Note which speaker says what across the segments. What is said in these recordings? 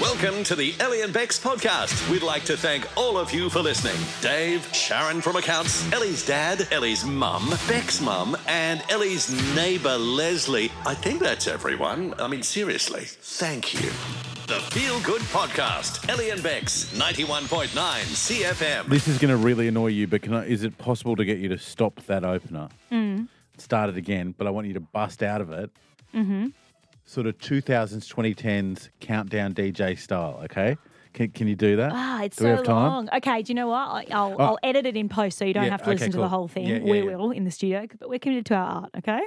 Speaker 1: Welcome to the Ellie and Bex podcast. We'd like to thank all of you for listening. Dave, Sharon from accounts, Ellie's dad, Ellie's mum, Beck's mum, and Ellie's neighbour Leslie. I think that's everyone. I mean, seriously, thank you. The Feel Good Podcast, Ellie and Bex, 91.9 CFM.
Speaker 2: This is going to really annoy you, but can I, is it possible to get you to stop that opener?
Speaker 3: Mm.
Speaker 2: Start it again, but I want you to bust out of it. Mm-hmm. Sort of 2000s, 2010s countdown DJ style, okay? Can, can you do that?
Speaker 3: Ah, it's
Speaker 2: do
Speaker 3: so
Speaker 2: we have time?
Speaker 3: long. Okay, do you know what? I- I'll,
Speaker 2: Oh.
Speaker 3: I'll edit it in post so you don't
Speaker 2: Yeah,
Speaker 3: have to
Speaker 2: okay,
Speaker 3: listen to
Speaker 2: cool.
Speaker 3: the whole thing.
Speaker 2: Yeah, yeah,
Speaker 3: we
Speaker 2: yeah.
Speaker 3: will in the studio, but we're committed to our art, okay?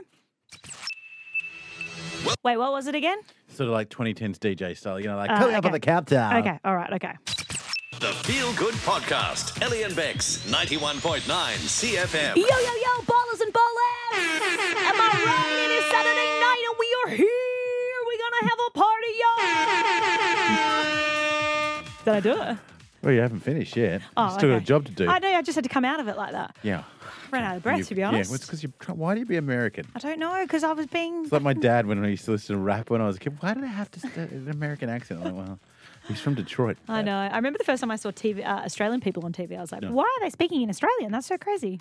Speaker 1: Well-
Speaker 3: Wait, what was it again?
Speaker 2: Sort of like 2010s DJ style, you know, like
Speaker 3: Ah,
Speaker 2: coming up on
Speaker 3: okay.
Speaker 2: the countdown.
Speaker 3: okay, all right, okay.
Speaker 1: The Feel Good Podcast, Ellie and Bex, 91.9 CFM.
Speaker 3: Yo, yo, yo, ballers and ballers! Am I right? It is Saturday night and we are here. We're going to have a party, y'all. Did I do it?
Speaker 2: Well, you haven't finished yet.
Speaker 3: Oh,
Speaker 2: You've still got
Speaker 3: okay.
Speaker 2: a job to do.
Speaker 3: I know, I just had to come out of it like that.
Speaker 2: Yeah.
Speaker 3: Ran out of breath,
Speaker 2: You've-
Speaker 3: to be honest.
Speaker 2: Yeah, well, it's because you. Why do you be American?
Speaker 3: I don't know, because I was being
Speaker 2: It's like my dad when I used to listen to rap when I was a kid. Why did I have to st- an American accent? I'm like, well, he's from Detroit.
Speaker 3: I
Speaker 2: Dad.
Speaker 3: know. I remember the first time I saw TV, uh, Australian people on TV. I was like, why are they speaking in Australian? That's so crazy.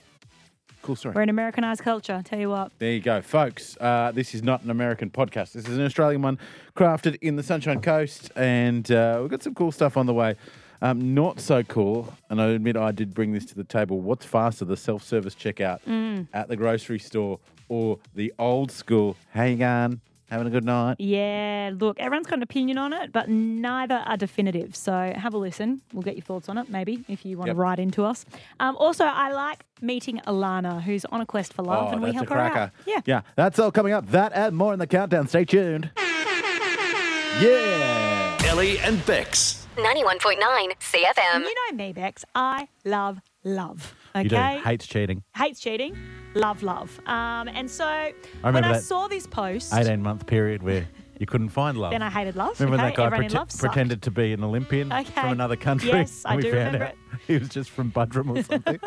Speaker 2: Cool story.
Speaker 3: We're an Americanized culture. Tell you what.
Speaker 2: There you go, folks. Uh, this is not an American podcast. This is an Australian one, crafted in the Sunshine Coast, and uh, we've got some cool stuff on the way. Um, not so cool, and I admit I did bring this to the table. What's faster, the self-service checkout
Speaker 3: Mm.
Speaker 2: at the grocery store or the old school? Hey, on, having a good night?
Speaker 3: Yeah, look, everyone's got an opinion on it, but neither are definitive. So have a listen. We'll get your thoughts on it, maybe, if you want
Speaker 2: Yep.
Speaker 3: to write into us. Um, also, I like meeting Alana, who's on a quest for
Speaker 2: Oh,
Speaker 3: love, and we help her out. Yeah.
Speaker 2: yeah, that's all coming up. That and more in the countdown. Stay tuned. Yeah.
Speaker 1: Ellie and Bex.
Speaker 4: 91.9 CFM.
Speaker 3: You know me, Bex. I love love. Okay.
Speaker 2: You do. Hates cheating.
Speaker 3: Hates cheating. Love love. Um, and so when
Speaker 2: remember
Speaker 3: I
Speaker 2: that
Speaker 3: saw this post,
Speaker 2: 18 month period where you couldn't find love.
Speaker 3: then I hated love.
Speaker 2: Remember
Speaker 3: okay?
Speaker 2: when that guy
Speaker 3: Everyone in
Speaker 2: prete-
Speaker 3: love sucked.
Speaker 2: pretended to be an Olympian
Speaker 3: Okay.
Speaker 2: from another country?
Speaker 3: Yes,
Speaker 2: and
Speaker 3: I
Speaker 2: we
Speaker 3: do
Speaker 2: found
Speaker 3: remember
Speaker 2: out
Speaker 3: it.
Speaker 2: he was just from Budrum or something.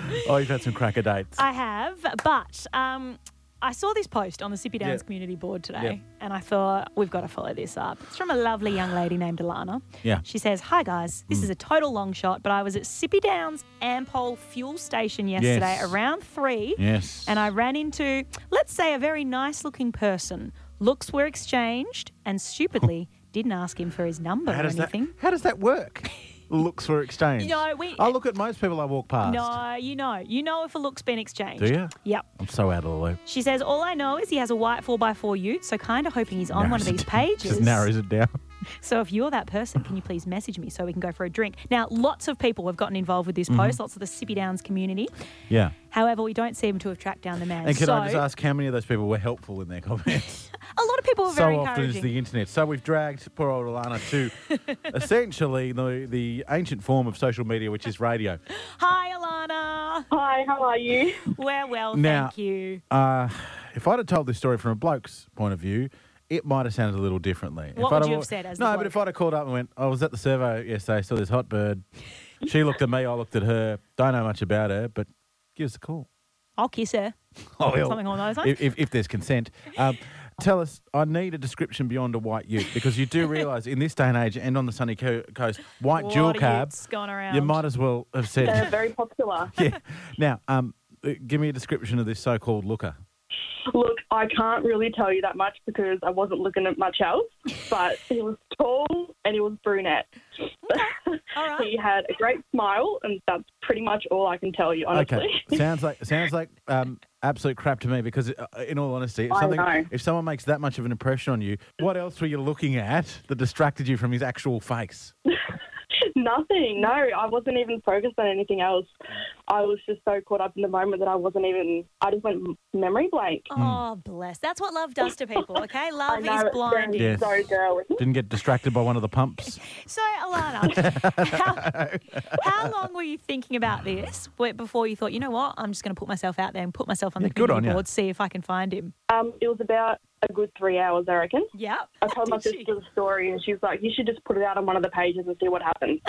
Speaker 2: oh, you've had some cracker dates.
Speaker 3: I have, but um, I saw this post on the Sippy Downs
Speaker 2: Yeah.
Speaker 3: community board today,
Speaker 2: Yeah.
Speaker 3: and I thought we've got to follow this up. It's from a lovely young lady named Alana.
Speaker 2: Yeah. Hmm.
Speaker 3: She says, "Hi guys, this is a total long shot, but I was at Sippy Downs Ampol fuel station yesterday
Speaker 2: Yes.
Speaker 3: around three,
Speaker 2: yes.
Speaker 3: and I ran into, let's say, a very nice-looking person. Looks were exchanged, and stupidly." Didn't ask him for his number
Speaker 2: how
Speaker 3: or
Speaker 2: does
Speaker 3: anything.
Speaker 2: that? How does that work? Looks for exchange.
Speaker 3: No, we-
Speaker 2: I look at most people I walk past.
Speaker 3: No, you know, you know if a look's been exchanged.
Speaker 2: Do you?
Speaker 3: Yep.
Speaker 2: I'm so out of the loop.
Speaker 3: She says, All I know is he has a white 4x4 ute, so kind of hoping he's on one
Speaker 2: Narrows
Speaker 3: of
Speaker 2: it
Speaker 3: these
Speaker 2: down.
Speaker 3: pages.
Speaker 2: Just narrows it down.
Speaker 3: So if you're that person, can you please message me so we can go for a drink? Now, lots of people have gotten involved with this
Speaker 2: Mm-hmm.
Speaker 3: post, lots of the Sippy Downs community.
Speaker 2: Yeah.
Speaker 3: However, we don't seem to have tracked down the man.
Speaker 2: And can
Speaker 3: so,
Speaker 2: I just ask how many of those people were helpful in their comments?
Speaker 3: a lot of people are very
Speaker 2: so often is
Speaker 3: encouraging.
Speaker 2: the internet. So we've dragged poor old Alana to essentially the, the ancient form of social media, which is radio.
Speaker 3: Hi, Alana.
Speaker 5: Hi, how are you?
Speaker 3: We're well,
Speaker 2: Now-
Speaker 3: thank you.
Speaker 2: Uh, if I'd have told this story from a bloke's point of view, it might have sounded a little differently.
Speaker 3: What
Speaker 2: if
Speaker 3: would
Speaker 2: I'd
Speaker 3: you have said as the
Speaker 2: No,
Speaker 3: bloke?
Speaker 2: but if I'd have called up and went, I was at the servo yesterday, saw this hot bird. She looked at me, I looked at her. Don't know much about her, but give us a call.
Speaker 3: I'll kiss her.
Speaker 2: Oh, well.
Speaker 3: Something along those lines.
Speaker 2: If, if, if there's consent. Um, tell us, I need a description beyond a white ute because you do realise in this day and age and on the sunny co- coast, white
Speaker 3: Lot
Speaker 2: dual
Speaker 3: of
Speaker 2: cab,
Speaker 3: utes going around.
Speaker 2: you might as well have
Speaker 5: They're
Speaker 2: said.
Speaker 5: very popular.
Speaker 2: yeah. Now, um, uh, give me a description of this so called looker.
Speaker 5: Look, I can't really tell you that much because I wasn't looking at much else, but he was tall and he was brunette.
Speaker 3: All right.
Speaker 5: He had a great smile, and that's pretty much all I can tell you, honestly.
Speaker 2: Okay, sounds like sounds like um, absolute crap to me. Because uh, in all honesty, if
Speaker 5: I
Speaker 2: something
Speaker 5: know.
Speaker 2: if someone makes that much of an impression on you, what else were you looking at that distracted you from his actual face?
Speaker 5: Nothing. No, I wasn't even focused on anything else. I was just so caught up in the moment that I wasn't even, I just went memory blank.
Speaker 2: Mm.
Speaker 3: Oh, bless. That's what love does to people, okay?
Speaker 5: I
Speaker 3: Love
Speaker 5: know,
Speaker 3: is
Speaker 5: it's
Speaker 3: blinding.
Speaker 2: Yes.
Speaker 5: So girly.
Speaker 2: Didn't get distracted by one of the pumps.
Speaker 3: So, Alana, how, how long were you thinking about this w- before you thought, you know what, I'm just going to put myself out there and put myself on
Speaker 2: Yeah,
Speaker 3: the
Speaker 2: good
Speaker 3: community
Speaker 2: on ya.
Speaker 3: board, see if I can find him?
Speaker 5: Um, it was about a good three hours, I reckon.
Speaker 3: Yep.
Speaker 5: I told my
Speaker 3: Did
Speaker 5: sister
Speaker 3: she?
Speaker 5: the story, and she's like, "You should just put it out on one of the pages and see what happens."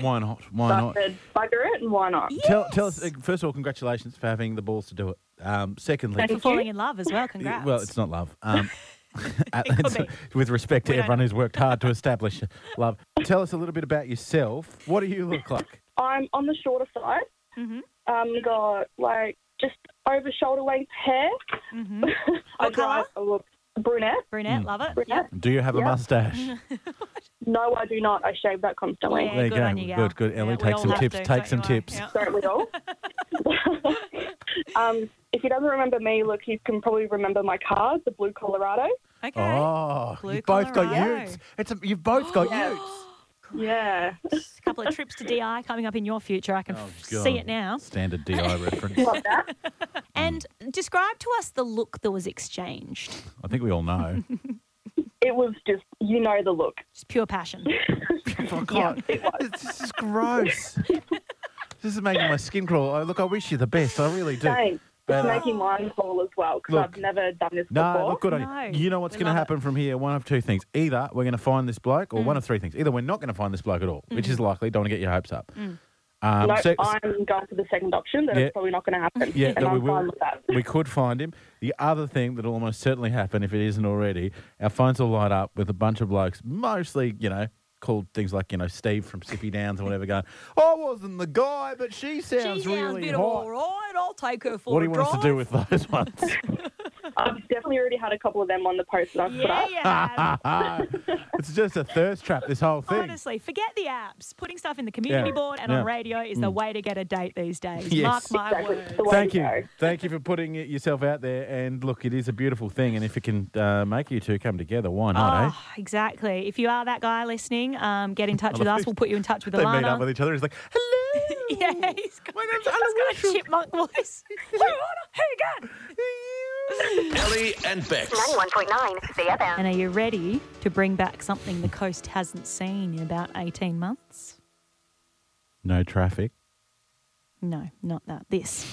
Speaker 2: Why not? Why
Speaker 5: So I
Speaker 2: not?
Speaker 5: said, "Bugger it, and why not?"
Speaker 2: Tell, tell us, uh, first of all, congratulations for having the balls to do it. Um, secondly,
Speaker 3: And for
Speaker 5: Thank
Speaker 3: falling
Speaker 5: you.
Speaker 3: in love as well,
Speaker 2: uh,
Speaker 3: congrats.
Speaker 2: well, it's not love. Um, At-
Speaker 3: It could
Speaker 2: with respect to
Speaker 3: We don't
Speaker 2: everyone
Speaker 3: know.
Speaker 2: who's worked hard to establish love. Tell us a little bit about yourself. What do you look like?
Speaker 5: I'm on the shorter side.
Speaker 3: Mhm.
Speaker 5: Um, got like just over shoulder length hair.
Speaker 3: hmm
Speaker 5: I
Speaker 3: What colour?
Speaker 5: drive. I look brunette.
Speaker 3: Brunette,
Speaker 2: Mm.
Speaker 3: love it.
Speaker 5: Brunette.
Speaker 3: Yep.
Speaker 2: Do you have a
Speaker 5: Yeah.
Speaker 2: mustache?
Speaker 5: No, I do not. I shave that constantly.
Speaker 3: Yeah,
Speaker 2: There you
Speaker 3: good
Speaker 2: go.
Speaker 3: on you, gal.
Speaker 2: Good, good. Ellie,
Speaker 3: we
Speaker 2: take
Speaker 3: all
Speaker 2: some
Speaker 3: have
Speaker 2: tips,
Speaker 3: to,
Speaker 2: take
Speaker 3: don't
Speaker 2: some
Speaker 3: you, eh?
Speaker 2: tips.
Speaker 3: Yeah.
Speaker 5: Don't we all? um, if he doesn't remember me, look, he can probably remember my car, the blue Colorado.
Speaker 3: Okay.
Speaker 2: Oh,
Speaker 3: Blue
Speaker 2: you've both
Speaker 3: Colorado.
Speaker 2: got utes. It's a, you've both got utes.
Speaker 5: Yeah.
Speaker 3: Just a couple of trips to DI coming up in your future. I can
Speaker 2: Oh,
Speaker 3: f-
Speaker 2: God. mm.
Speaker 3: see it now.
Speaker 2: Standard DI reference.
Speaker 5: Like that.
Speaker 3: And describe to us the look that was exchanged.
Speaker 2: I think we all know.
Speaker 5: It was just, you know, the look.
Speaker 3: Just pure passion.
Speaker 2: Oh, God. This is gross. this is making my skin crawl. Oh, look, I wish you the best. I really do.
Speaker 5: Thanks.
Speaker 2: But,
Speaker 5: It's
Speaker 2: uh,
Speaker 5: making mine fall as well because
Speaker 2: Look.
Speaker 5: I've never done this
Speaker 2: No,
Speaker 5: before.
Speaker 2: look good on
Speaker 3: No,
Speaker 2: you. You know what's
Speaker 3: we
Speaker 2: going to
Speaker 3: love it.
Speaker 2: happen from here? One of two things. Either we're going to find this bloke, or
Speaker 3: Mm.
Speaker 2: one of three things. Either we're not going to find this bloke at all, which is likely. Don't want to get your hopes up.
Speaker 3: Mm.
Speaker 2: Um,
Speaker 5: no,
Speaker 2: so-
Speaker 5: I'm going for the second option. That
Speaker 2: Yeah.
Speaker 5: it's probably not going to happen.
Speaker 2: yeah,
Speaker 5: and
Speaker 2: no,
Speaker 5: I'm
Speaker 2: we will.
Speaker 5: fine with that.
Speaker 2: We could find him. The other thing that'll almost certainly happen if it isn't already, our phones will light up with a bunch of blokes, mostly, you know, called things like, you know, Steve from Sippy Downs or whatever, going, I wasn't the guy, but she
Speaker 3: she
Speaker 2: sounds
Speaker 3: sounds a
Speaker 2: really
Speaker 3: bit all
Speaker 2: hot.
Speaker 3: right. I'll take her for
Speaker 2: What
Speaker 3: a
Speaker 2: do you want us to do with those ones?
Speaker 5: I've definitely already had a couple of them on the post that I've put
Speaker 3: Yeah,
Speaker 5: up.
Speaker 3: yeah.
Speaker 2: it's just a thirst trap, this whole thing.
Speaker 3: Honestly, forget the apps. Putting stuff in the community
Speaker 2: Yeah.
Speaker 3: board and
Speaker 2: Yeah. Mm.
Speaker 3: on radio is the way to get a date these days.
Speaker 2: Yes.
Speaker 3: Mark my
Speaker 5: Exactly.
Speaker 3: words.
Speaker 5: The way
Speaker 2: Thank
Speaker 5: to
Speaker 2: you.
Speaker 5: go.
Speaker 2: Thank you for putting it yourself out there. And look, it is a beautiful thing. And if it can uh, make you two come together, why not, eh?
Speaker 3: Oh, exactly. If you are that guy listening, um, get in touch with
Speaker 2: love
Speaker 3: us.
Speaker 2: it.
Speaker 3: We'll put you in touch with
Speaker 2: They meet up
Speaker 3: Alana.
Speaker 2: with each other. It's like, hello.
Speaker 3: yeah, he's got,
Speaker 2: My name's
Speaker 3: he's got a
Speaker 2: Alan
Speaker 3: chipmunk voice. Hey, Alana, here you go.
Speaker 1: Ellie and Bex.
Speaker 4: 91.9 CFM.
Speaker 3: And are you ready to bring back something the coast hasn't seen in about 18 months?
Speaker 2: No traffic.
Speaker 3: No, not that. This.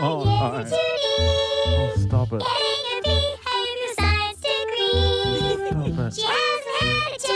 Speaker 2: Oh, no. Oh, stop it. Stop it.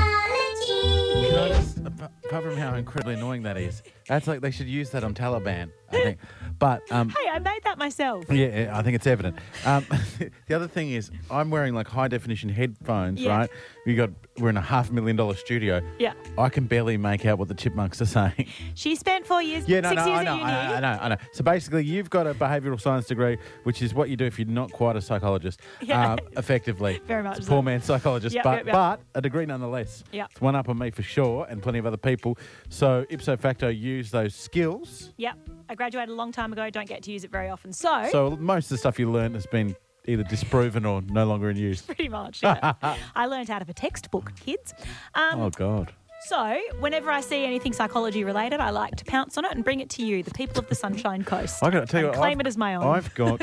Speaker 2: Can I just, apart apart from how incredibly annoying that is, that's like they should use that on Taliban, I think. But um,
Speaker 3: Hey, I made that myself.
Speaker 2: Yeah, yeah, I think it's evident. Um, the other thing is, I'm wearing like high definition headphones,
Speaker 3: Yeah.
Speaker 2: right? We got we're in a half million dollar studio.
Speaker 3: Yeah.
Speaker 2: I can barely make out what the chipmunks are saying.
Speaker 3: She spent four years,
Speaker 2: yeah, no,
Speaker 3: six
Speaker 2: no,
Speaker 3: years
Speaker 2: I know,
Speaker 3: at
Speaker 2: I know,
Speaker 3: uni.
Speaker 2: I know, I know. So basically, you've got a behavioural science degree, which is what you do if you're not quite a psychologist,
Speaker 3: Yeah.
Speaker 2: um, effectively.
Speaker 3: Very much
Speaker 2: It's a
Speaker 3: so.
Speaker 2: poor man's psychologist,
Speaker 3: Yep,
Speaker 2: but
Speaker 3: yep, yep.
Speaker 2: but a degree nonetheless.
Speaker 3: Yep.
Speaker 2: It's one up on me for sure, and plenty of other people. So ipso facto, use those skills.
Speaker 3: Yep, I graduated a long time ago. Don't get to use it very often. So,
Speaker 2: So most of the stuff you learn has been either disproven or no longer in use.
Speaker 3: pretty much, yeah. I learned out of a textbook, kids. Um,
Speaker 2: Oh God.
Speaker 3: So, whenever I see anything psychology related, I like to pounce on it and bring it to you, the people of the Sunshine Coast.
Speaker 2: I got to tell you,
Speaker 3: and
Speaker 2: what,
Speaker 3: claim
Speaker 2: I've-
Speaker 3: it as my own.
Speaker 2: I've got,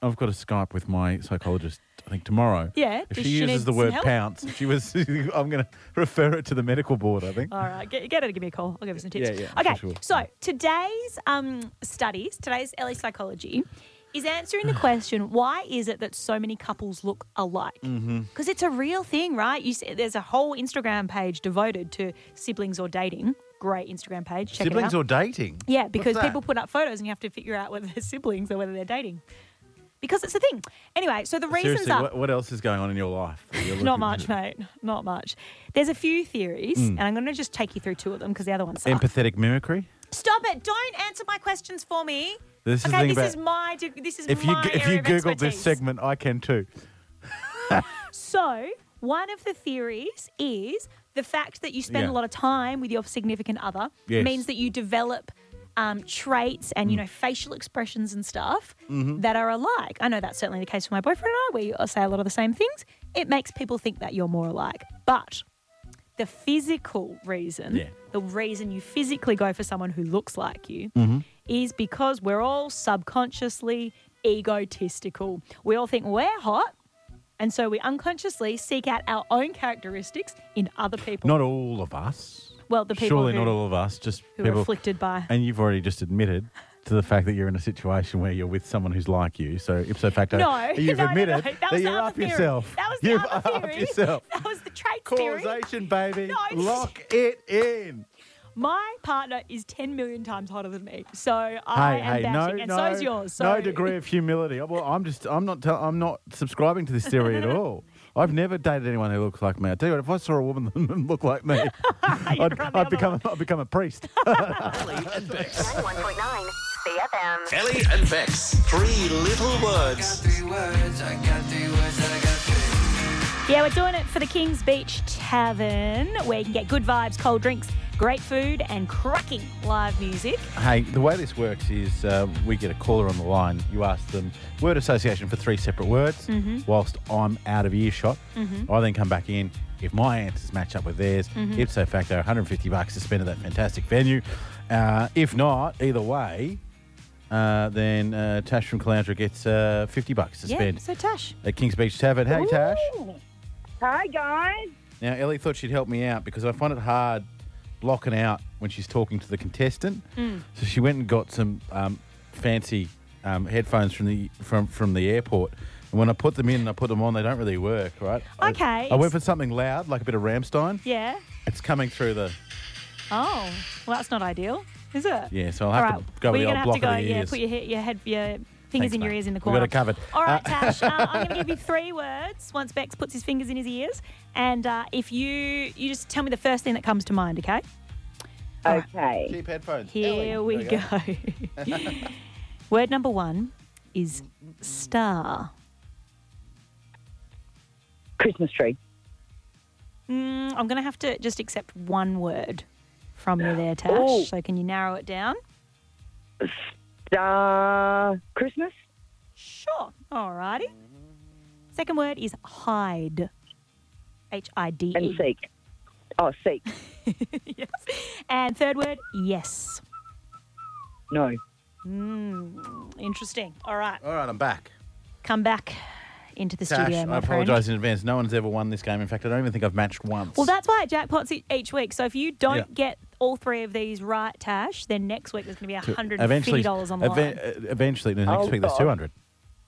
Speaker 2: I've got a Skype with my psychologist. I think tomorrow.
Speaker 3: Yeah,
Speaker 2: If
Speaker 3: does
Speaker 2: she
Speaker 3: she
Speaker 2: uses
Speaker 3: need
Speaker 2: the
Speaker 3: some
Speaker 2: word
Speaker 3: help?
Speaker 2: pounce, if she was. I'm going to refer it to the medical board. I think.
Speaker 3: All right, get, get her to give me a call. I'll give her some tips.
Speaker 2: Yeah, yeah,
Speaker 3: okay,
Speaker 2: for sure.
Speaker 3: so today's um, studies, today's LA psychology, is answering the question why is it that so many couples look alike? Because
Speaker 2: Mm-hmm.
Speaker 3: it's a real thing, right? You see, there's a whole Instagram page devoted to siblings or dating. Great Instagram page. Check
Speaker 2: Siblings
Speaker 3: it out.
Speaker 2: or dating?
Speaker 3: yeah, because
Speaker 2: that?
Speaker 3: people put up photos and you have to figure out whether they're siblings or whether they're dating. Because it's a thing. Anyway, so the reasons
Speaker 2: Seriously,
Speaker 3: are
Speaker 2: what, what else is going on in your life? that you're
Speaker 3: not
Speaker 2: looking-
Speaker 3: much, mate. Not much. There's a few theories,
Speaker 2: Hmm.
Speaker 3: and I'm going to just take you through two of them because the other one's
Speaker 2: Empathetic mimicry.
Speaker 3: Stop it! Don't answer my questions for me.
Speaker 2: This is the
Speaker 3: okay,
Speaker 2: thing
Speaker 3: this is
Speaker 2: about-
Speaker 3: my de- this is
Speaker 2: If you
Speaker 3: my
Speaker 2: g- if
Speaker 3: area
Speaker 2: you
Speaker 3: of
Speaker 2: Google this
Speaker 3: expertise.
Speaker 2: segment, I can too.
Speaker 3: So one of the theories is the fact that you spend
Speaker 2: Yeah.
Speaker 3: a lot of time with your significant other
Speaker 2: Yes. Mm.
Speaker 3: means that you develop um, traits and you know facial expressions and stuff
Speaker 2: Mm-hmm.
Speaker 3: that are alike. I know that's certainly the case for my boyfriend and I. We say a lot of the same things. It makes people think that you're more alike, but the physical reason,
Speaker 2: Yeah.
Speaker 3: the reason you physically go for someone who looks like you,
Speaker 2: Mm-hmm.
Speaker 3: is because we're all subconsciously egotistical. We all think we're hot, and so we unconsciously seek out our own characteristics in other people.
Speaker 2: Not all of us.
Speaker 3: well, the people
Speaker 2: Surely
Speaker 3: who,
Speaker 2: not all of us. Just
Speaker 3: who are
Speaker 2: people.
Speaker 3: afflicted by.
Speaker 2: And you've already just admitted to the fact that you're in a situation where you're with someone who's like you. So ipso facto,
Speaker 3: No,
Speaker 2: you've
Speaker 3: no, no,
Speaker 2: admitted
Speaker 3: no. That was
Speaker 2: that
Speaker 3: the
Speaker 2: you're
Speaker 3: other
Speaker 2: up
Speaker 3: theory.
Speaker 2: yourself.
Speaker 3: That was the
Speaker 2: you've
Speaker 3: other
Speaker 2: up
Speaker 3: theory.
Speaker 2: yourself.
Speaker 3: That was the trait theory.
Speaker 2: Causation, baby.
Speaker 3: No, it's-
Speaker 2: Lock it in.
Speaker 3: My partner is 10 million times hotter than me. So I am bashing, and so's yours. So
Speaker 2: no degree of humility. Oh, Well, I'm just, I'm not, tell, I'm not subscribing to this theory at all. I've never dated anyone who looks like me. I tell you what, if I saw a woman that looked like me,
Speaker 3: You're
Speaker 2: I'd,
Speaker 3: on the
Speaker 2: I'd
Speaker 3: other
Speaker 2: become,
Speaker 3: one.
Speaker 2: I'd become a priest.
Speaker 1: Ellie and Bex.
Speaker 4: 91.9 CFM.
Speaker 1: Ellie and Bex. Three little words.
Speaker 6: Three words, I got three words, I got three.
Speaker 3: Yeah, we're doing it for the Kings Beach Tavern, where you can get good vibes, cold drinks, great food, and cracking live music.
Speaker 2: Hey, the way this works is uh, we get a caller on the line. You ask them word association for three separate words
Speaker 3: Mm-hmm.
Speaker 2: whilst I'm out of earshot. I then come back in. If my answers match up with theirs,
Speaker 3: Mm-hmm.
Speaker 2: ipso facto, 150 bucks to spend at that fantastic venue. Uh, if not, either way, uh, then uh, Tash from Caloundra gets uh, 50 bucks to
Speaker 3: Yeah,
Speaker 2: spend
Speaker 3: so Tash.
Speaker 2: at Kings Beach Tavern. Hey, Tash.
Speaker 5: Hi, guys.
Speaker 2: Now, Ellie thought she'd help me out because I find it hard blocking out when she's talking to the contestant.
Speaker 3: Mm.
Speaker 2: So she went and got some um, fancy um, headphones from the from from the airport. And when I put them in and I put them on, they don't really work, right? I-
Speaker 3: Okay.
Speaker 2: I, went for something loud, like a bit of Ramstein.
Speaker 3: Yeah.
Speaker 2: It's coming through the
Speaker 3: Oh, well, that's not ideal, is it?
Speaker 2: yeah. So I'll have
Speaker 3: All right.
Speaker 2: to go
Speaker 3: well,
Speaker 2: with
Speaker 3: you're
Speaker 2: the
Speaker 3: gonna
Speaker 2: old block
Speaker 3: have to go.
Speaker 2: of the
Speaker 3: yeah,
Speaker 2: ears.
Speaker 3: put your head, your head, your fingers in your
Speaker 2: mate.
Speaker 3: ears in the
Speaker 2: We got
Speaker 3: corner.
Speaker 2: it covered.
Speaker 3: All right,
Speaker 2: Uh,
Speaker 3: Tash. Uh, I'm going to give you three words. Once Bex puts his fingers in his ears, and uh, if you you just tell me the first thing that comes to mind, okay?
Speaker 7: Okay.
Speaker 2: Cheap headphones.
Speaker 3: Here
Speaker 2: Ellie.
Speaker 3: we
Speaker 2: There you
Speaker 3: go. Word number one is star.
Speaker 7: Christmas tree.
Speaker 3: Mm, I'm going to have to just accept one word from you there, Tash.
Speaker 7: Ooh.
Speaker 3: So can you narrow it down?
Speaker 7: Uh, Christmas.
Speaker 3: Sure. All righty. Second word is hide. H I D
Speaker 7: And
Speaker 8: Mm.
Speaker 3: E.
Speaker 7: seek. Oh, seek.
Speaker 3: yes. And third word, yes. Hmm,
Speaker 7: No.
Speaker 3: Interesting. All right.
Speaker 2: All right, I'm back.
Speaker 3: Come back into the
Speaker 2: Tash,
Speaker 3: studio, my
Speaker 2: I
Speaker 3: friend.
Speaker 2: apologise in advance. No one's ever won this game. In fact, I don't even think I've matched once.
Speaker 3: Well, that's why jackpots e- each week. So if you don't
Speaker 2: Yeah.
Speaker 3: get all three of these right, Tash, then next week there's going to be $150 on the
Speaker 2: eve-
Speaker 3: line.
Speaker 2: uh, Eventually, the next
Speaker 7: Oh,
Speaker 2: week there's
Speaker 7: God.
Speaker 2: 200.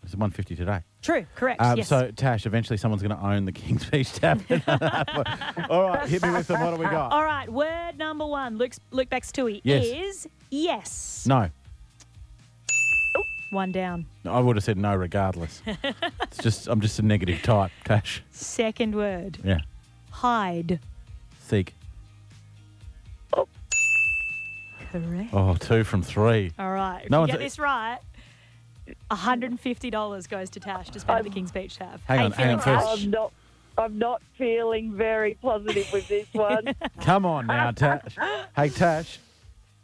Speaker 2: It's 150 today.
Speaker 3: True. Correct.
Speaker 2: Um,
Speaker 3: yes.
Speaker 2: So, Tash, eventually someone's going to own the King's Beach Tavern. All right, hit me with them. What do we got?
Speaker 3: all right. Word number one, Luke's, Luke Baxtui,
Speaker 2: Yes.
Speaker 3: is yes.
Speaker 2: No.
Speaker 3: One down.
Speaker 2: No, I would have said no regardless. it's just I'm just a negative type, Tash.
Speaker 3: Second word,
Speaker 2: Yeah.
Speaker 3: hide.
Speaker 2: Seek.
Speaker 3: Correct.
Speaker 2: Oh, two from three.
Speaker 3: All right. If
Speaker 2: Oh. No
Speaker 3: you get
Speaker 2: one's-
Speaker 3: this right, $150 goes to Tash to spend at the King's Beach Tab.
Speaker 2: Hang
Speaker 3: How
Speaker 2: on,
Speaker 3: you
Speaker 2: hang on
Speaker 3: feeling,
Speaker 2: first.
Speaker 3: Tash?
Speaker 7: I'm not. I'm not feeling very positive with this one.
Speaker 2: Come on now, Tash. hey, Tash,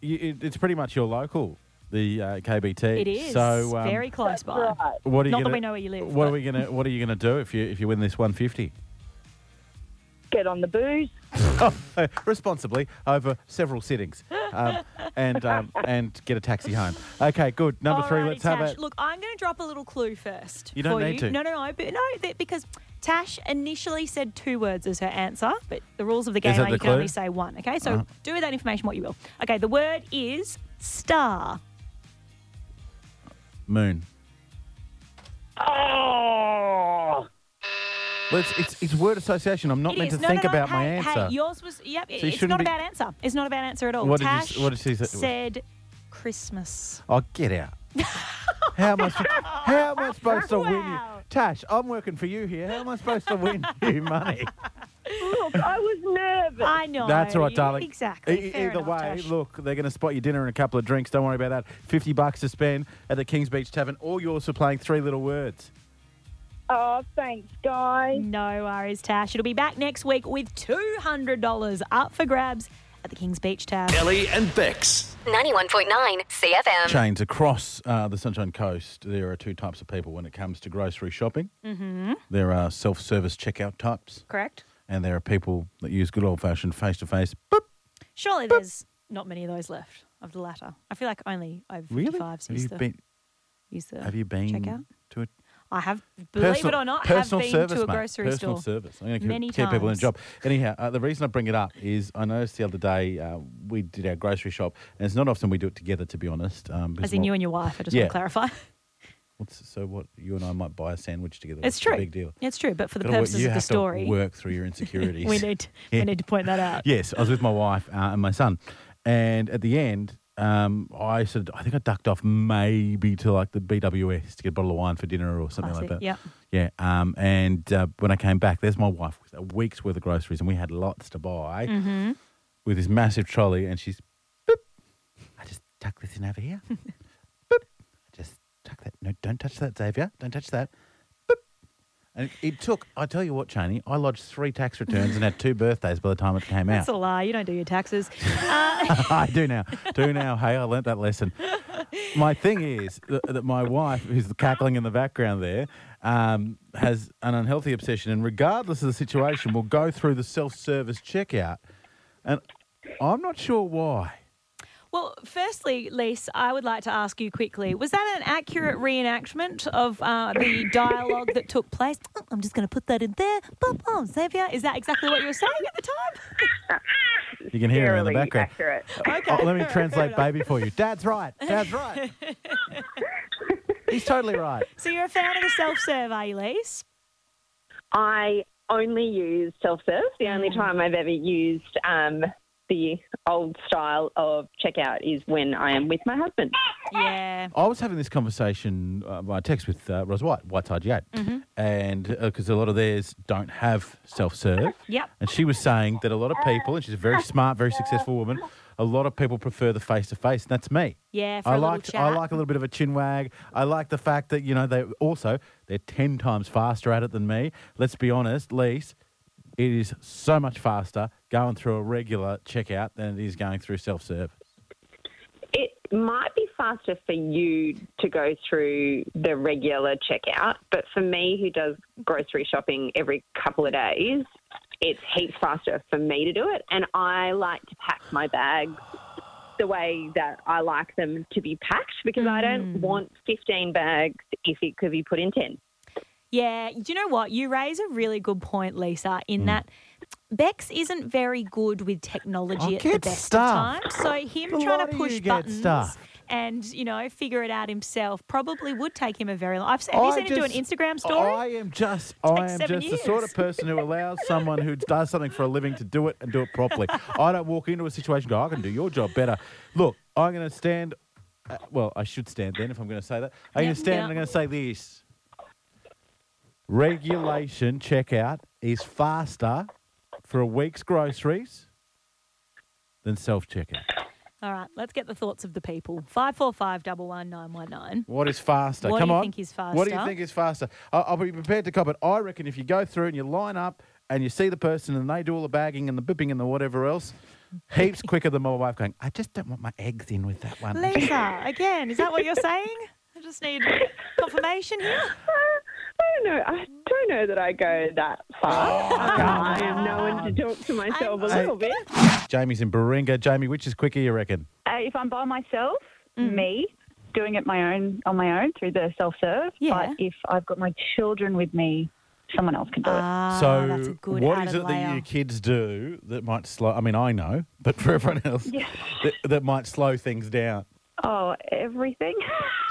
Speaker 2: you, it, it's pretty much your local, the uh, KBT.
Speaker 3: It is.
Speaker 2: So, um,
Speaker 3: very close by.
Speaker 7: right.
Speaker 2: what are you
Speaker 3: Not that
Speaker 2: gonna,
Speaker 3: we know where you live,
Speaker 2: What are
Speaker 3: but-
Speaker 2: we gonna What are you gonna do if you if you win this 150?
Speaker 7: Get on the booze.
Speaker 2: responsibly over several sittings um, and um, and get a taxi home. Okay, good. Number three,
Speaker 3: Alrighty,
Speaker 2: let's have
Speaker 3: Tash.
Speaker 2: it.
Speaker 3: Look, I'm going to drop a little clue first.
Speaker 2: You don't
Speaker 3: for
Speaker 2: need to.
Speaker 3: No, no, no. But no, that- because Tash initially said two words as her answer, but the rules of the game
Speaker 2: that
Speaker 3: are
Speaker 2: the
Speaker 3: you can
Speaker 2: clue? Uh-huh.
Speaker 3: only say one. Okay, so do with that information what you will. Okay, the word is star.
Speaker 2: Moon.
Speaker 7: Oh,
Speaker 2: Let's, it's, it's word association. I'm not
Speaker 3: It
Speaker 2: meant
Speaker 3: is.
Speaker 2: to
Speaker 3: No, no,
Speaker 2: think
Speaker 3: no,
Speaker 2: about my
Speaker 3: hey,
Speaker 2: answer.
Speaker 3: Hey, yours was. Yep.
Speaker 2: you
Speaker 3: it's
Speaker 2: shouldn't
Speaker 3: not a
Speaker 2: be-
Speaker 3: bad answer. It's not a bad answer at all.
Speaker 2: What did you s-
Speaker 3: Tash
Speaker 2: what did she say it was?
Speaker 3: said Christmas.
Speaker 2: oh, get out. How am, I, sp- how am I supposed to win you?
Speaker 3: Wow.
Speaker 2: Tash, I'm working for you here. How am I supposed to win you money?
Speaker 7: look, I was nervous.
Speaker 3: I know.
Speaker 2: That's all right,
Speaker 3: you-
Speaker 2: darling.
Speaker 3: Exactly.
Speaker 2: E-
Speaker 3: Fair
Speaker 2: either
Speaker 3: enough,
Speaker 2: way,
Speaker 3: Tash.
Speaker 2: look, they're going to spot you dinner and a couple of drinks. Don't worry about that. 50 bucks to spend at the Kings Beach Tavern. All yours for playing three little words.
Speaker 7: Oh, thanks, guys.
Speaker 3: No worries, Tash. It'll be back next week with $200 up for grabs at the Kings Beach Tab.
Speaker 1: Ellie and Bex.
Speaker 4: 91.9
Speaker 3: Um,
Speaker 4: CFM.
Speaker 2: chains across uh, the Sunshine Coast, there are two types of people when it comes to grocery shopping. Mm-hmm. There are self service checkout types,
Speaker 3: Correct?
Speaker 2: and there are people that use good old fashioned face to face. Boop.
Speaker 3: Surely there's not many of those left of the latter. I feel like only over 55s
Speaker 2: Really?
Speaker 3: use,
Speaker 2: Have you
Speaker 3: the,
Speaker 2: been?
Speaker 3: use the
Speaker 2: Have you been
Speaker 3: checkout.
Speaker 2: to a
Speaker 3: I have, believe
Speaker 2: personal,
Speaker 3: it or not, have
Speaker 2: personal
Speaker 3: been
Speaker 2: service,
Speaker 3: to a
Speaker 2: mate.
Speaker 3: grocery
Speaker 2: personal
Speaker 3: store.
Speaker 2: service. I'm going to
Speaker 3: Many
Speaker 2: keep, keep people in a
Speaker 3: times.
Speaker 2: job. Anyhow, uh, the reason I bring it up is I noticed the other day uh, we did our grocery shop, and it's not often we do it together, to be honest. Um,
Speaker 3: As in you and your wife, I just
Speaker 2: Yeah.
Speaker 3: want to clarify.
Speaker 2: what's, so what? You and I might buy a sandwich together.
Speaker 3: It's
Speaker 2: What's the
Speaker 3: true.
Speaker 2: Big deal.
Speaker 3: It's true, but for the
Speaker 2: Gotta work-
Speaker 3: purposes
Speaker 2: you
Speaker 3: of the
Speaker 2: have
Speaker 3: story,
Speaker 2: to work through your insecurities.
Speaker 3: we need,
Speaker 2: Yeah.
Speaker 3: we need to point that out.
Speaker 2: Yes, I was with my wife uh, and my son, And at the end, um, I sort of, I think I ducked off maybe to like the BWS to get a bottle of wine for dinner or something like
Speaker 3: Classic,
Speaker 2: that.
Speaker 3: yep.
Speaker 2: Yeah. Um, and uh, when I came back, there's my wife with a week's worth of groceries, and we had lots to buy with this massive trolley, and she's, boop, I just tuck this in over here. boop, I just tuck that. No, don't touch that, Xavier. Don't touch that. Boop. And it, it took, I tell you what, Cheney, I lodged three tax returns and had two birthdays by the time it came out.
Speaker 3: That's a lie. You don't do your taxes. Uh,
Speaker 2: I do now. Do now. Hey, I learnt that lesson. My thing is that, that my wife, who's cackling in the background there, um, has an unhealthy obsession, and regardless of the situation, will go through the self-service checkout. And I'm not sure why.
Speaker 3: well, firstly, Lise, I would like to ask you quickly: Was that an accurate reenactment of uh, the dialogue that took place? Oh, I'm just going to put that in there. Bob, oh, Xavier, is that exactly what you were saying at the time?
Speaker 2: You can hear her in the background.
Speaker 7: accurate.
Speaker 2: Oh, let me translate baby for you. Dad's right. Dad's right. He's totally right.
Speaker 3: So you're a fan of the self-serve, are you, Lise?
Speaker 8: I only use self serve. The
Speaker 7: Mm.
Speaker 8: only time I've ever used um, the old style of checkout is when I am with my husband.
Speaker 3: Yeah.
Speaker 2: I was having this conversation uh, by text with uh, Ros White, White's IGA, and because a lot of theirs don't have self serve.
Speaker 3: Yep.
Speaker 2: And she was saying that a lot of people, and she's a very smart, very successful woman, a lot of people prefer the face to face, and that's me.
Speaker 3: Yeah, for
Speaker 2: I
Speaker 3: a little
Speaker 2: like
Speaker 3: chat.
Speaker 2: I like a little bit of a chin wag. I like the fact that you know they also they're ten times faster at it than me. Let's be honest, Lise, it is so much faster going through a regular checkout than it is going through self serve.
Speaker 8: It might be faster for you to go through the regular checkout, but for me, who does grocery shopping every couple of days, it's heaps faster for me to do it. And I like to pack my bags the way that I like them to be packed because I don't want 15 bags if it could be put in 10.
Speaker 3: Yeah, do you know what? You raise a really good point, Lisa,
Speaker 2: Mm.
Speaker 3: in that Bex isn't very good with technology
Speaker 2: Oh,
Speaker 3: at the
Speaker 2: get
Speaker 3: best
Speaker 2: stuffed.
Speaker 3: of times. So him
Speaker 2: The
Speaker 3: trying
Speaker 2: lot
Speaker 3: to
Speaker 2: of
Speaker 3: push
Speaker 2: you get
Speaker 3: buttons
Speaker 2: stuffed.
Speaker 3: and, you know, figure it out himself probably would take him a very long I've seen, have you
Speaker 2: I
Speaker 3: seen him do an
Speaker 2: just-
Speaker 3: Instagram story?
Speaker 2: I am just, I am just
Speaker 3: seven
Speaker 2: the sort
Speaker 3: years.
Speaker 2: of person who allows someone who does something for a living to do it and do it properly. I don't walk into a situation and go, I can do your job better. Look, I'm going to stand. Uh, well, I should stand then if I'm going to say that. I'm going
Speaker 3: Yep,
Speaker 2: to stand
Speaker 3: yeah.
Speaker 2: and I'm going to say this. Regulation checkout is faster for a week's groceries than self checkout.
Speaker 3: All right, let's get the thoughts of the people. 545 11919.
Speaker 2: What is faster?
Speaker 3: What do
Speaker 2: Come
Speaker 3: you
Speaker 2: on.
Speaker 3: think is
Speaker 2: What do you
Speaker 3: faster?
Speaker 2: think is faster? I'll, I'll be prepared to cop it. I reckon if you go through and you line up and you see the person and they do all the bagging and the bipping and the whatever else, heaps quicker than my wife going, I just don't want my eggs in with that one. I just-
Speaker 3: Lisa, again, is that what you're saying? I just need confirmation here.
Speaker 8: I don't know. I don't know that I go that far. I am known to talk to myself a little bit.
Speaker 2: Jamie's in Baringa. Jamie, which is quicker, you reckon?
Speaker 7: Uh, if I'm by myself,
Speaker 3: Mm.
Speaker 7: me doing it my own on my own through the self serve.
Speaker 3: Yeah.
Speaker 7: But if I've got my children with me, someone else can do it.
Speaker 3: Ah,
Speaker 2: so,
Speaker 3: that's a good
Speaker 2: what
Speaker 3: added
Speaker 2: is it
Speaker 3: layer.
Speaker 2: that you kids do that might slow? I mean, I know, but for everyone else, that, that might slow things down.
Speaker 7: Oh, everything.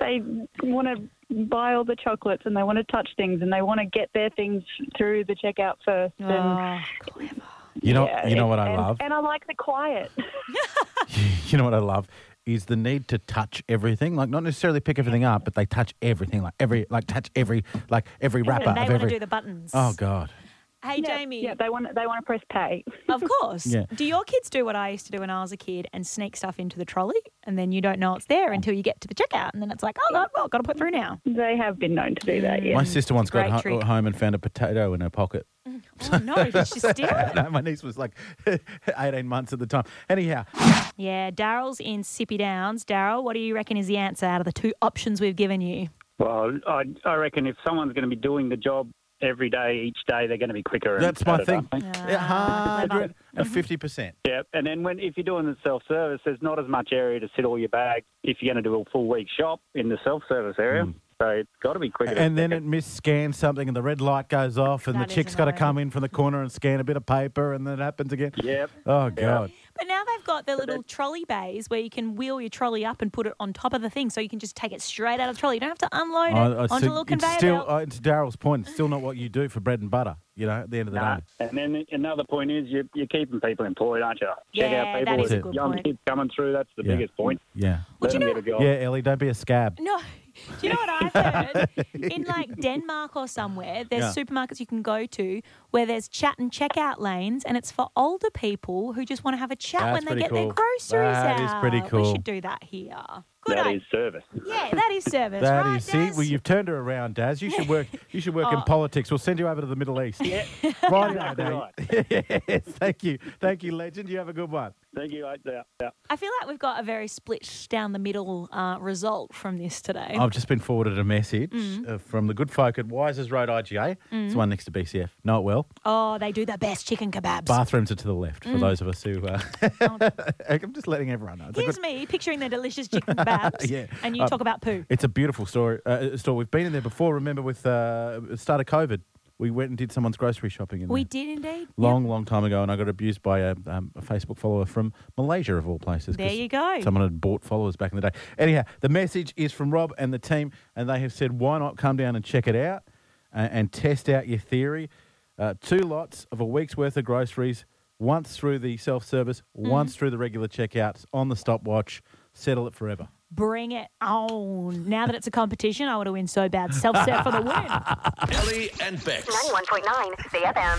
Speaker 7: they want to buy all the chocolates and they want to touch things and they want to get their things through the checkout first. And,
Speaker 3: Oh,
Speaker 2: You know,
Speaker 7: yeah,
Speaker 2: you know
Speaker 7: and-
Speaker 2: what I
Speaker 7: and-
Speaker 2: love.
Speaker 7: And I like the quiet.
Speaker 2: you know what I love is the need to touch everything, like not necessarily pick everything up, but they touch everything, like every, like touch every, like every wrapper
Speaker 3: and they
Speaker 2: of
Speaker 3: want to
Speaker 2: every.
Speaker 3: do the buttons.
Speaker 2: oh God!
Speaker 3: Hey,
Speaker 7: Yeah,
Speaker 3: Jamie.
Speaker 7: Yeah, they want they want to press pay.
Speaker 3: Of course.
Speaker 2: Yeah.
Speaker 3: Do your kids do what I used to do when I was a kid and sneak stuff into the trolley and then you don't know it's there until you get to the checkout and then it's like, oh, God, well, got to put through now.
Speaker 7: They have been known to do that.
Speaker 3: Mm.
Speaker 7: Yeah.
Speaker 2: My sister once got
Speaker 3: great
Speaker 2: ho-
Speaker 3: trick.
Speaker 2: home and found a potato in her pocket.
Speaker 3: Oh, no, did she steal it?
Speaker 2: no, my niece was like 18 months at the time. Anyhow,
Speaker 3: Yeah, Daryl's in Sippy Downs. Daryl, what do you reckon is the answer out of the two options we've given you?
Speaker 9: Well, I, I reckon if someone's going to be doing the job every day, each day, they're going to be quicker. and
Speaker 2: that's my
Speaker 9: better,
Speaker 2: thing.
Speaker 9: aren't they?
Speaker 3: Ah, clever.
Speaker 2: 150%.
Speaker 9: Yeah, and then when if you're doing the self-service, there's not as much area to sit all your bags if you're going to do a full week shop in the self-service area. So it's got to be quicker.
Speaker 2: Hmm. And then it misscans something and the red light goes off and
Speaker 3: That
Speaker 2: the
Speaker 3: is
Speaker 2: chick's got to
Speaker 3: annoying.
Speaker 2: come in from the corner and scan a bit of paper and then it happens again.
Speaker 9: Yep.
Speaker 2: Oh, God.
Speaker 3: But now they've got the little trolley bays where you can wheel your trolley up and put it on top of the thing, so you can just take it straight out of the trolley. You don't have to unload it
Speaker 2: I- I
Speaker 3: onto
Speaker 2: see-
Speaker 3: a little
Speaker 2: it's
Speaker 3: conveyor
Speaker 2: still,
Speaker 3: belt.
Speaker 2: uh, it's Daryl's point. It's still not what you do for bread and butter. You know, at the end of the
Speaker 9: Nah.
Speaker 2: day.
Speaker 9: And then another point is you, you're keeping people employed, aren't you?
Speaker 3: Yeah, that
Speaker 9: people
Speaker 3: is
Speaker 2: a
Speaker 9: with
Speaker 3: good
Speaker 9: young
Speaker 3: point.
Speaker 9: kids coming through. That's the
Speaker 2: Yeah.
Speaker 9: biggest point.
Speaker 2: Yeah.
Speaker 3: Well,
Speaker 9: Let
Speaker 3: do you
Speaker 9: them
Speaker 3: know-
Speaker 9: get a job.
Speaker 2: Yeah, Ellie, don't be a scab.
Speaker 3: No. Do you know what I've heard? In like Denmark or somewhere, there's
Speaker 2: Yeah.
Speaker 3: supermarkets you can go to where there's chat and checkout lanes, and it's for older people who just want to have a chat
Speaker 2: That's
Speaker 3: when
Speaker 2: pretty
Speaker 3: they get
Speaker 2: cool.
Speaker 3: their groceries
Speaker 2: That
Speaker 3: out.
Speaker 2: is pretty
Speaker 3: We
Speaker 2: cool.
Speaker 3: should do that here. Good
Speaker 9: That
Speaker 3: idea.
Speaker 9: is service.
Speaker 3: Yeah, that is service.
Speaker 2: That
Speaker 3: right,
Speaker 2: is, see,
Speaker 3: Des?
Speaker 2: well, you've turned her around, Daz. You should work. You should work in
Speaker 3: Oh.
Speaker 2: politics. We'll send you over to the Middle East.
Speaker 9: Yeah.
Speaker 2: Right,
Speaker 9: Exactly
Speaker 2: now. yes, thank you, thank you, legend. You have a good one.
Speaker 9: Thank you. I, yeah, yeah.
Speaker 3: I feel like we've got a very split down the middle uh, result from this today.
Speaker 2: I've just been forwarded a message
Speaker 3: Mm.
Speaker 2: uh, from the good folk at Wises Road IGA. It's the one next to BCF. Know it well.
Speaker 3: Oh, they do the best chicken kebabs.
Speaker 2: Bathrooms are to the left for
Speaker 3: Mm.
Speaker 2: those of us who. Uh, I'm just letting everyone know. It's a
Speaker 3: Here's
Speaker 2: good-
Speaker 3: me picturing the delicious chicken kebabs,
Speaker 2: Yeah.
Speaker 3: and you
Speaker 2: Uh,
Speaker 3: talk about poo.
Speaker 2: It's a beautiful store. Uh, store. We've been in there before. Remember, with uh, the start of COVID, we went and did someone's grocery shopping in
Speaker 3: We
Speaker 2: there.
Speaker 3: did indeed.
Speaker 2: Long, long time ago, and I got abused by a, um, a Facebook follower from Malaysia, of all places.
Speaker 3: There
Speaker 2: 'cause
Speaker 3: you go.
Speaker 2: Someone had bought followers back in the day. Anyhow, the message is from Rob and the team, and they have said, why not come down and check it out and, and test out your theory? Uh, two lots of a week's worth of groceries, once through the self service,
Speaker 3: Mm-hmm.
Speaker 2: once through the regular checkouts on the stopwatch. Settle it forever.
Speaker 3: Bring it on. Now that it's a competition, I want to win so bad. Self set for the win.
Speaker 1: Ellie and Bex.
Speaker 4: 91.9 CFM.